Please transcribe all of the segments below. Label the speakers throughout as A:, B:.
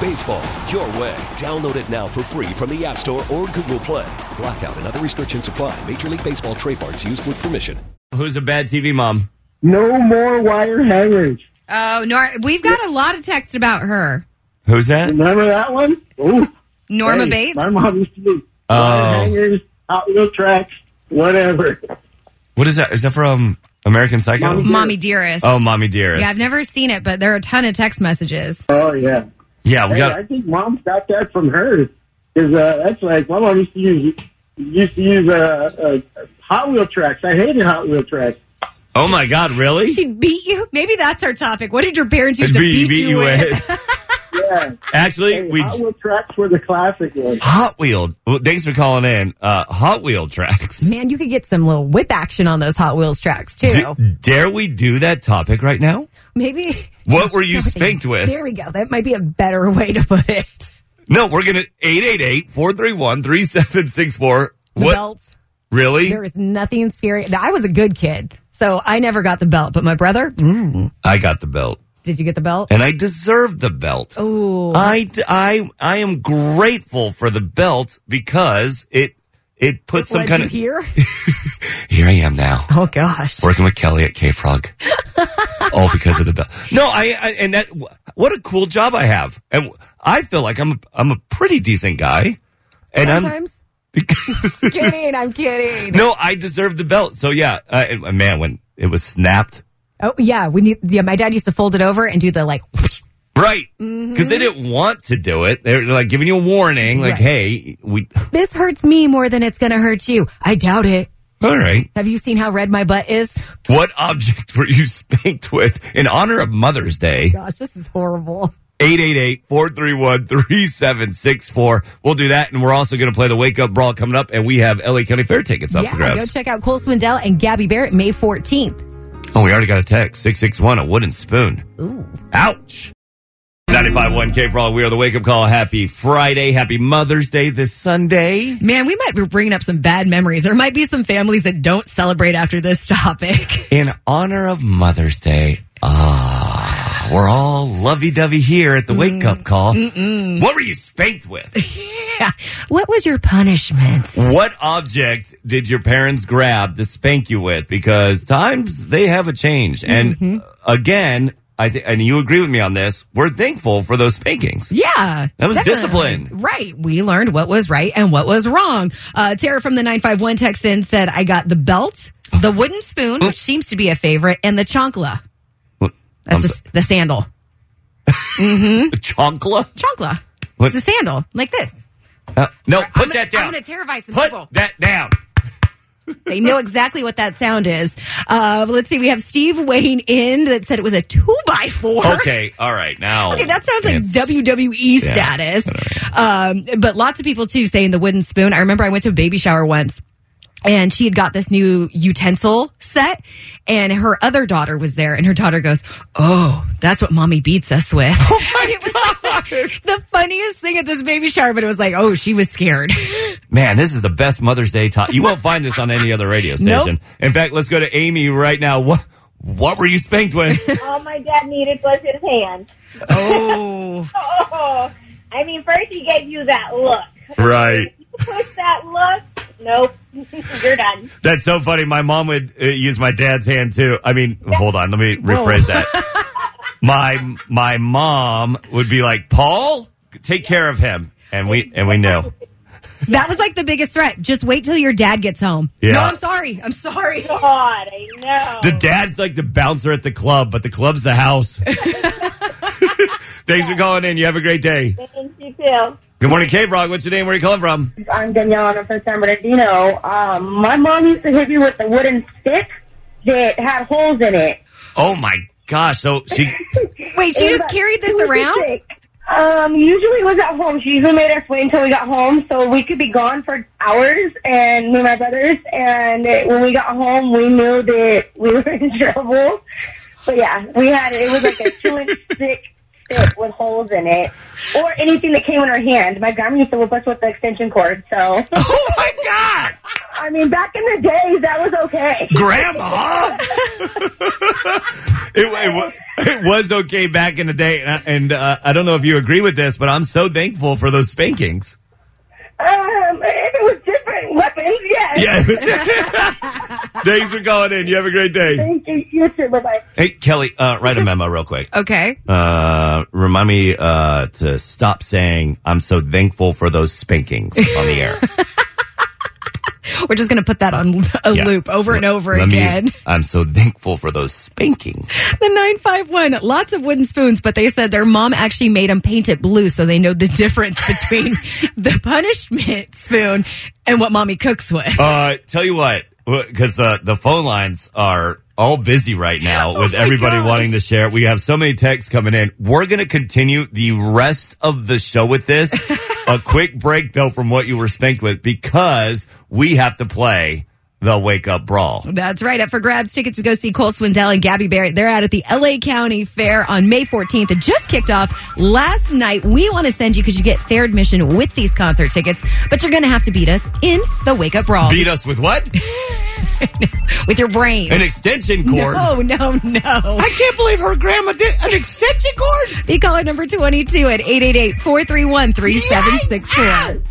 A: Baseball, your way. Download it now for free from the App Store or Google Play. Blackout and other restrictions apply. Major League Baseball trademarks used with permission.
B: Who's a bad TV mom?
C: No more wire hangers.
D: Oh, Nor- we've got a lot of text about her.
B: Who's that?
C: Remember that one? Ooh.
D: Norma
C: Hey,
D: Bates.
C: My mom used to be
B: Oh.
C: wire hangers, Hot Wheel tracks, whatever.
B: What is that? Is that from American Psycho?
C: Mommy-
D: Mommy Dearest.
B: Oh, Mommy Dearest.
D: yeah, I've never seen it, but there are a ton of text messages.
C: Oh yeah.
B: Yeah, we
C: Hey,
B: got.
C: I think mom got that from her because uh, that's like my mom used to use used to use uh, uh, Hot Wheel tracks. I hated Hot Wheel tracks.
B: Oh my God, really? E
D: She beat you? Maybe that's our topic. What did your parents used
B: Beat,
D: to beat,
B: beat
D: you with?
C: Yeah,
B: Actually,
C: hey,
B: we
C: Hot Wheel tracks were the classic ones.
B: Hot Wheel. Well, thanks for calling in. Uh, Hot Wheel tracks.
E: Man, you could get some little whip action on those Hot Wheels tracks
B: Do-
E: too.
B: dare we do that topic right now?
E: Maybe.
B: What were you spanked with?
E: There we go. That might be a better way to put it.
B: No, we're gonna 888-431-3764.
E: The
B: What
E: belt.
B: really?
E: There is nothing scary. I was a good kid, so I never got the belt. But my brother, mm,
B: I got the belt,
E: did you get the belt?
B: and I deserved the belt.
E: Ooh.
B: I, d- I- I am grateful for the belt because it it put some
E: Led
B: kind
E: you
B: of
E: here.
B: here I am now.
E: Oh gosh.
B: working with Kelly at K Frog. All because of the bell. No, I, I and that what a cool job I have, and I feel like I'm I'm a pretty decent guy, and I'm
E: Sometimes. kidding. I'm kidding.
B: no, I deserve the belt. So yeah, uh, and, uh, man, when it was snapped,
E: Oh yeah. When you, yeah, my dad used to fold it over and do the like.
B: right?
E: Mm-hmm.
B: Because they didn't want to do it. They're like giving you a warning, like,
E: Right.
B: hey, we
E: This hurts me more than it's going to hurt you. I doubt it.
B: all right.
E: Have you seen how red my butt is?
B: What object were you spanked with in honor of Mother's Day?
E: Gosh, this is horrible.
B: 888-431-3764. We'll do that. And we're also going to play the wake up brawl coming up. And we have LA County Fair tickets up
E: yeah,
B: for
E: go
B: grabs.
E: check out Cole Swindell and Gabby Barrett May 14th.
B: oh, we already got a text. 661, a wooden spoon.
E: Ooh.
B: Ouch. 95.1 K for all. We are the wake up call. Happy Friday. Happy Mother's Day this Sunday.
E: Man, we might be bringing up some bad memories. There might be some families that don't celebrate after this topic.
B: In honor of Mother's Day. Ah, we're all lovey dovey here at the wake up call. What were you spanked with?
E: what was your punishment?
B: What object did your parents grab to spank you with? Because times they have a change, and
E: Mm-hmm.
B: uh, again, I th- and you agree with me on this. We're thankful for those spankings.
E: Yeah.
B: That was
E: definitely.
B: discipline.
E: Right. We learned what was right and what was wrong. Uh, Tara from the 951 text in said, I got the belt, the wooden spoon, which seems to be a favorite, and the chancla.
B: What- I'm
E: That's
B: so-
E: a, the sandal.
B: Chonkla?
E: Chancla.
B: What-
E: It's a sandal like this.
B: Uh, no, put
E: I'm gonna-
B: that down.
E: I'm going to terrify some
B: put
E: people.
B: that down.
E: They know exactly what that sound is. Uh, let's see. We have Steve weighing in that said it was a two by four.
B: Okay, all right now.
E: Okay, that sounds like
B: it's-
E: WWE
B: yeah.
E: status. Um, but lots of people too saying the wooden spoon. I remember I went to a baby shower once and she had got this new utensil set and her other daughter was there and her daughter goes, Oh, that's what mommy beats us with.
B: Oh
E: and it was like the funniest thing at this baby shower, but it was like, Oh, she was scared.
B: Man, this is the best Mother's Day talk. You won't find this on any other radio station. In fact, let's go to Amy right now. What what were you spanked with?
F: all my dad needed was his hand.
E: oh.
F: Oh, I mean, first he gave you that look.
B: right.
F: You push that look. Nope, you're done.
B: That's so funny. My mom would uh, use my dad's hand too. I mean, hold on. Let me rephrase that. my my mom would be like, "Paul, take care of him," and we and we knew.
E: That was like the biggest threat. Just wait till your dad gets home.
B: Yeah.
E: No, I'm sorry. I'm sorry.
F: God, I know.
B: The dad's like the bouncer at the club, but the club's the house. Thanks for calling in. You have a great day.
F: Thank you too.
B: Good morning, Cave Rock. What's your name? Where you calling from?
G: I'm Danielle and I'm from San Bernardino. Um, my mom used to hit me with a wooden stick that had holes in it.
B: Oh my gosh! So she
E: Wait, she
G: It was
E: just
G: a-
E: carried
G: it
E: this
G: was a
E: around?
G: stick. Um, usually it was at home. She usually made us wait until we got home so we could be gone for hours and me and my brothers. And it, when we got home, we knew that we were in trouble. But yeah, we had it was like a two inch thick stick with holes in it or anything that came in her hand. My grandma used to whip us with the extension cord. So,
B: oh my god,
G: I mean, back in the days, that was okay.
B: Grandma! it, it, wa- it was okay back in the day, and, I, and uh, I don't know if you agree with this, but I'm so thankful for those spankings.
G: Um, if it was different weapons, yes.
B: Yeah. it was- Thanks for calling in. You have a great day.
G: Thank you. You too. Bye bye.
B: Hey Kelly, uh, write a memo real quick.
E: Okay.
B: Uh, remind me uh, to stop saying I'm so thankful for those spankings on the air.
E: We're just going to put that on a
B: Yeah.
E: loop over and over
B: Let me-
E: again.
B: I'm so thankful for those spankings.
E: The 951, lots of wooden spoons, but they said their mom actually made them paint it blue so they know the difference between the punishment spoon and what mommy cooks with.
B: Uh, tell you what, because the the phone lines are all busy right now with
E: Oh my
B: everybody
E: gosh.
B: wanting to share. We have so many texts coming in. We're gonna continue the rest of the show with this. A quick break though from what you were spanked with because we have to play the wake up brawl.
E: That's right. Up for grabs, tickets to go see Cole Swindell and Gabby Barrett. They're out at the LA County Fair on May 14th. It just kicked off last night. We want to send you because you get fair admission with these concert tickets, but you're going to have to beat us in the wake up brawl
B: Beat us with what?
E: with your brain.
B: An extension cord.
E: No, no, no.
B: I can't believe her grandma did an extension cord.
E: Be caller number 22 at 888-431-3764.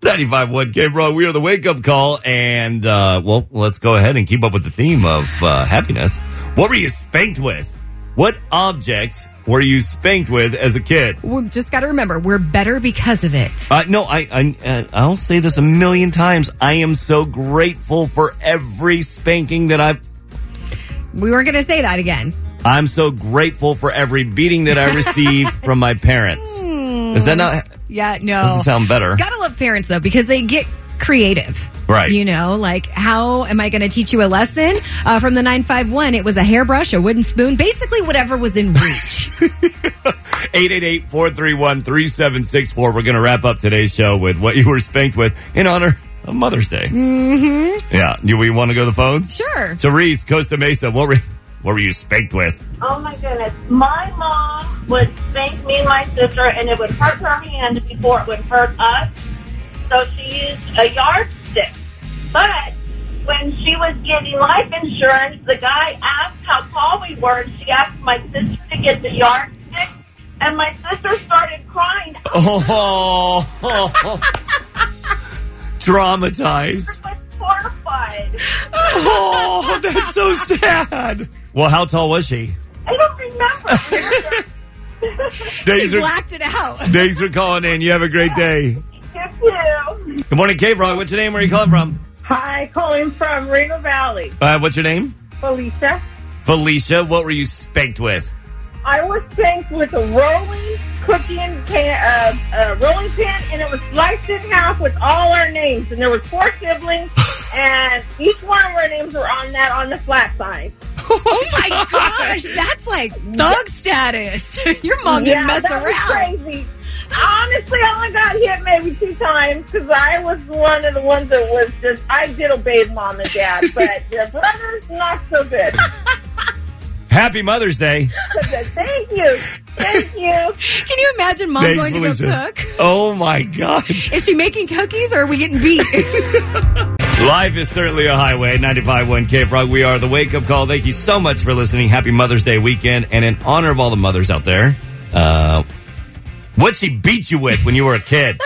B: 95.1 came wrong. We are the wake up call. And, uh, well, let's go ahead and keep up with the theme of uh, happiness. What were you spanked with? What objects were you spanked with as a kid?
E: We just got to remember, we're better because of it.
B: Uh, no, I, I, uh, I'll say this a million times. I am so grateful for every spanking that I've
E: We weren't going to say that again.
B: I'm so grateful for every beating that I receive from my parents. Is that not?
E: Yeah, no.
B: Doesn't sound better.
E: Gotta love parents though because they get creative.
B: Right.
E: You know, like how am I going to teach you a lesson uh, from the nine five one? It was a hairbrush, a wooden spoon, basically whatever was in reach.
B: 888-431-3764. We're going to wrap up today's show with what you were spanked with in honor of Mother's Day. Mm-hmm. Yeah. Do we want to go to the phones?
E: sure.
B: Therese, Costa Mesa, what were, what were you spanked with?
F: Oh my goodness. My mom would spank me and my sister, and it would hurt her hand before it would hurt us. So she used a yardstick. But when she was getting life insurance, the guy asked how tall we were, and she asked my sister to get the yardstick, and my sister started crying.
B: Oh, traumatized.
F: I was horrified.
B: Oh, that's so sad. Well, how tall was she?
F: I don't remember.
B: Thanks for,
E: Blacked it out.
B: thanks for calling in. You have a great day.
F: you too.
B: Good morning, Cave Rock. What's your name? Where are you calling from?
G: Hi, calling from Rainbow Valley.
B: Uh, what's your name?
G: Felicia,
B: Felicia, what were you spanked with?
G: I was spanked with a rolling cooking pan, uh, uh, rolling pin, and it was sliced in half with all our names. And there was four siblings, and each one of our names were on that on the flat sign.
E: Oh my gosh, that's like thug status. Your mom didn't Oh, mess
G: that was
E: around.
G: crazy. Honestly, I only got hit maybe two times because I was one of the ones that was just I did obey mom and dad, but the brothers not so good.
B: Happy Mother's Day.
G: Thank you, thank you.
E: Can you imagine mom
B: Thanks,
E: going to go
B: Felicia.
E: cook?
B: Oh my God.
E: Is she making cookies or are we getting beat?
B: Life is certainly a highway. 95.1 K Frog. We are the wake up call. Thank you so much for listening. Happy Mother's Day weekend. And in honor of all the mothers out there, uh, what she beat you with when you were a kid.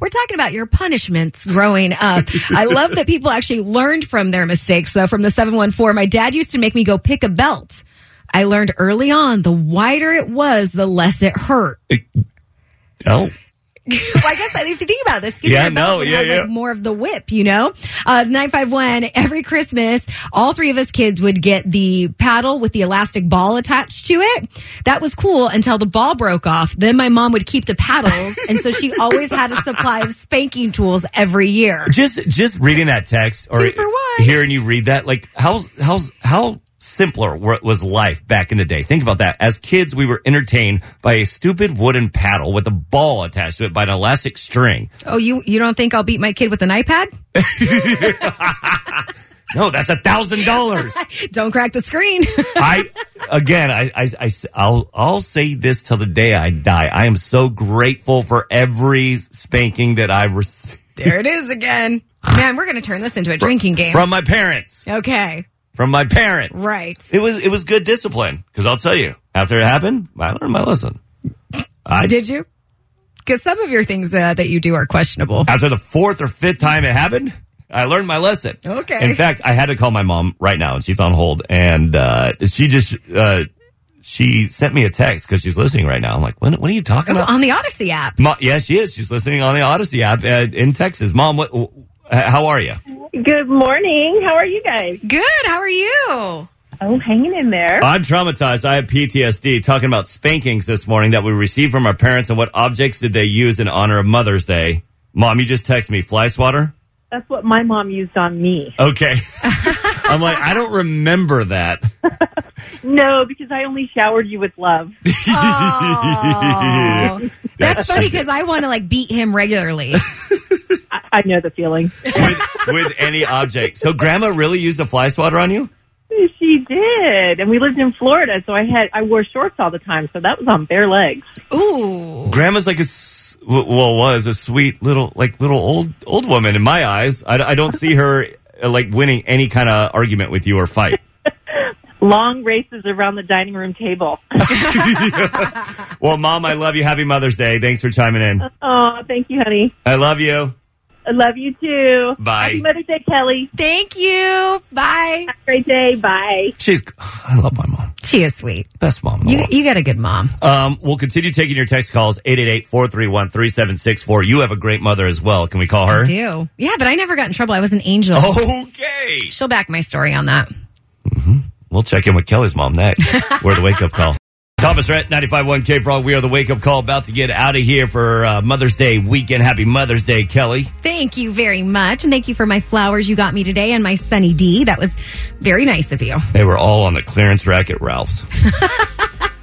E: We're talking about your punishments growing up. I love that people actually learned from their mistakes, though, from the 714. My dad used to make me go pick a belt. I learned early on the wider it was, the less it hurt.
B: oh.
E: well, I guess that if you think about this, Skinny
B: Yeah,
E: Red Velvet
B: no,
E: would
B: yeah,
E: have, like,
B: yeah.
E: more of the whip, you know? Uh, 951, every Christmas, all three of us kids would get the paddle with the elastic ball attached to it. That was cool until the ball broke off. Then my mom would keep the paddles. and so she always had a supply of spanking tools every year.
B: Just just reading that text or
E: Two for one.
B: hearing you read that, like how how how simpler were- was life back in the day. Think about that. As kids, we were entertained by a stupid wooden paddle with a ball attached to it by an elastic string.
E: Oh, you, you don't think I'll beat my kid with an iPad?
B: No, that's a thousand dollars.
E: don't crack the screen.
B: I again, I, I, will I'll say this till the day I die. I am so grateful for every spanking that I received
E: there it is again. Man, we're going to turn this into a drinking game.
B: from my parents.
E: okay.
B: From my parents,
E: Right.
B: It was it was good discipline because I'll tell you, after it happened, I learned my lesson. I
E: Did you? Because some of your things uh, that you do are questionable.
B: after the fourth or fifth time it happened, I learned my lesson.
E: Okay.
B: In fact, I had to call my mom right now, and she's on hold, and uh, she just uh, she sent me a text because she's listening right now. I'm like, when, what are you talking about?
E: On the Odyssey app.
B: Ma- yeah, she is. She's listening on the Odyssey app uh, in Texas. Mom, what? wh- How are you?
G: Good morning. How are you guys?
E: Good. How are you?
G: Oh, hanging in there.
B: I'm traumatized. I have PTSD. Talking about spankings this morning that we received from our parents and what objects did they use in honor of Mother's Day? Mom, you just text me fly swatter.
G: That's what my mom used on me.
B: Okay. I'm like, I don't remember that.
G: No, because I only showered you with love.
E: Oh. That's funny because I want to like beat him regularly.
G: I, I know the feeling.
B: with, with any object. So grandma really used a fly swatter on you?
G: She did, and we lived in Florida, so I had I wore shorts all the time, so that was on bare legs.
E: Ooh.
B: Grandma's like a s- well was a sweet little like little old old woman in my eyes. I, I don't see her uh, like winning any kind of argument with you or fight.
G: Long races around the dining room table.
B: Well, mom, I love you. Happy Mother's Day. Thanks for chiming in.
G: oh, thank you, honey.
B: I love you.
G: I love you too.
B: Bye.
G: Happy Mother's Day, Kelly.
E: Thank you. Bye.
G: Have a great day. Bye.
B: She's I love my mom.
E: She is sweet.
B: Best mom in the
E: You,
B: world.
E: you got a good mom.
B: Um, we'll continue taking your text calls 888-431-3764. You have a great mother as well. Can we call her?
E: Do. Yeah, but I never got in trouble. I was an angel.
B: Okay.
E: She'll back my story on that.
B: We'll check in with Kelly's mom next. We're the wake up call. Thomas Rhett, 95.1 K Frog. We are the wake up call about to get out of here for uh, Mother's Day weekend. Happy Mother's Day, Kelly.
E: Thank you very much. And thank you for my flowers you got me today and my Sunny D. That was very nice of you.
B: They were all on the clearance rack at Ralph's.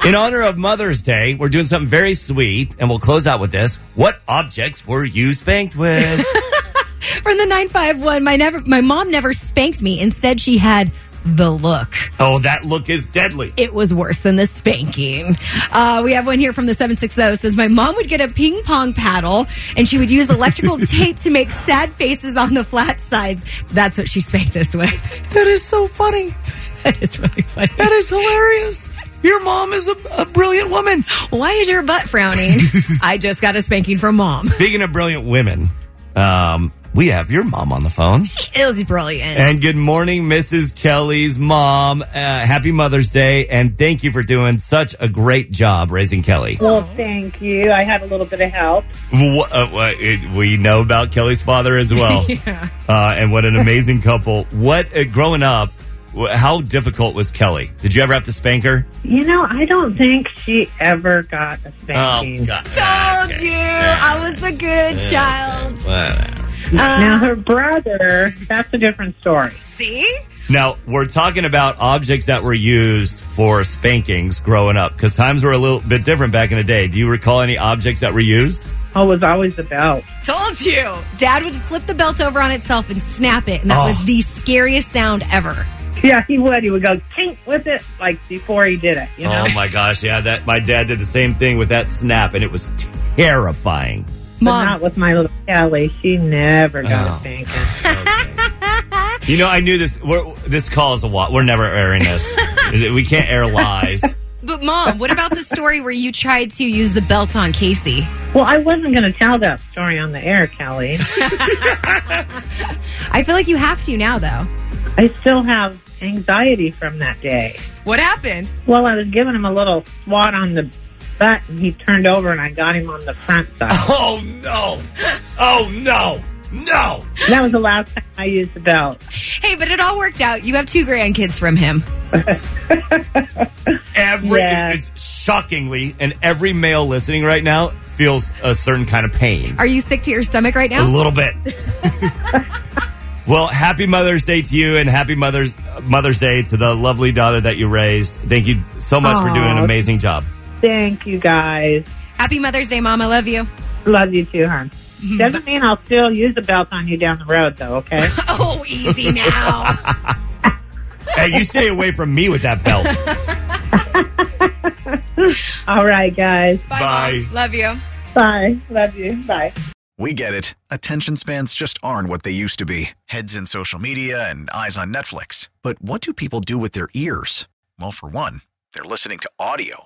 B: In honor of Mother's Day, we're doing something very sweet, and we'll close out with this. What objects were you spanked with?
E: From the 951, my never my mom never spanked me. Instead, she had the look.
B: oh, that look is deadly.
E: it was worse than the spanking. Uh, we have one here from the 760 says, My mom would get a ping pong paddle and she would use electrical tape to make sad faces on the flat sides. That's what she spanked us with.
B: That is so funny.
E: that is really funny.
B: That is hilarious. Your mom is a, a brilliant woman.
E: Why is your butt frowning? I just got a spanking from mom.
B: Speaking of brilliant women, um, we have your mom on the phone.
E: It was brilliant.
B: And good morning, Mrs. Kelly's mom. Uh, happy Mother's Day, and thank you for doing such a great job raising Kelly.
H: Well, thank you. I had a little bit of help.
B: Wh- uh, wh- it- We know about Kelly's father as well, uh, and what an amazing couple. What uh, growing up? wh- How difficult was Kelly? Did you ever have to spank her?
H: You know, I don't think she ever got a spanking.
B: Oh, God! Ah,
E: Told you I was the good child. Um,
B: Whatever.
H: now her brother, that's a different story.
E: See?
B: Now we're talking about objects that were used for spankings growing up, because times were a little bit different back in the day. Do you recall any objects that were used?
H: Oh, it was always a belt.
E: Told you. Dad would flip the belt over on itself and snap it, and that
B: Oh.
E: was the scariest sound ever.
H: Yeah, he would. He would go tink with it like before he did it. You know.
B: Oh my gosh, yeah, that my dad did the same thing with that snap and it was terrifying.
H: But
E: Mom.
H: not with my little Kelly. She never got
B: Oh.
H: a spanking.
B: You know, I knew this we're, this call is a lot. We're never airing this. we can't air lies.
E: But mom, what about the story where you tried to use the belt on Casey?
H: Well, I wasn't going to tell that story on the air, Kelly.
E: I feel like you have to now, though.
H: I still have anxiety from that day.
E: What happened?
H: Well, I was giving him a little swat on the butt, and he turned over, and I got him on the front side.
B: Oh no! Oh no! No!
H: That was the last time I used the belt.
E: Hey, but it all worked out. You have two grandkids from him.
B: Every
H: Yeah.
B: it's shockingly, and every male listening right now feels a certain kind of pain.
E: Are you sick to your stomach right
B: A
E: now?
B: little bit. well, happy Mother's Day to you, and happy Mother's Mother's Day to the lovely daughter that you raised. Thank you so much for doing an
H: Aw.
B: amazing job.
H: Thank you guys.
E: Happy Mother's Day, Mom. I love you.
H: Love you too, hon. Doesn't mean I'll still use the belt on you down the road, though. Okay.
E: Oh, easy now.
B: Hey, you stay away from me with that belt.
H: All right, guys.
E: Bye.
B: Bye.
E: Mom. Love you.
H: Bye. Love you. Bye.
G: We get it. Attention spans just aren't what they used to be heads in social media and eyes on Netflix. But what do people do with their ears? Well, for one, they're listening to audio.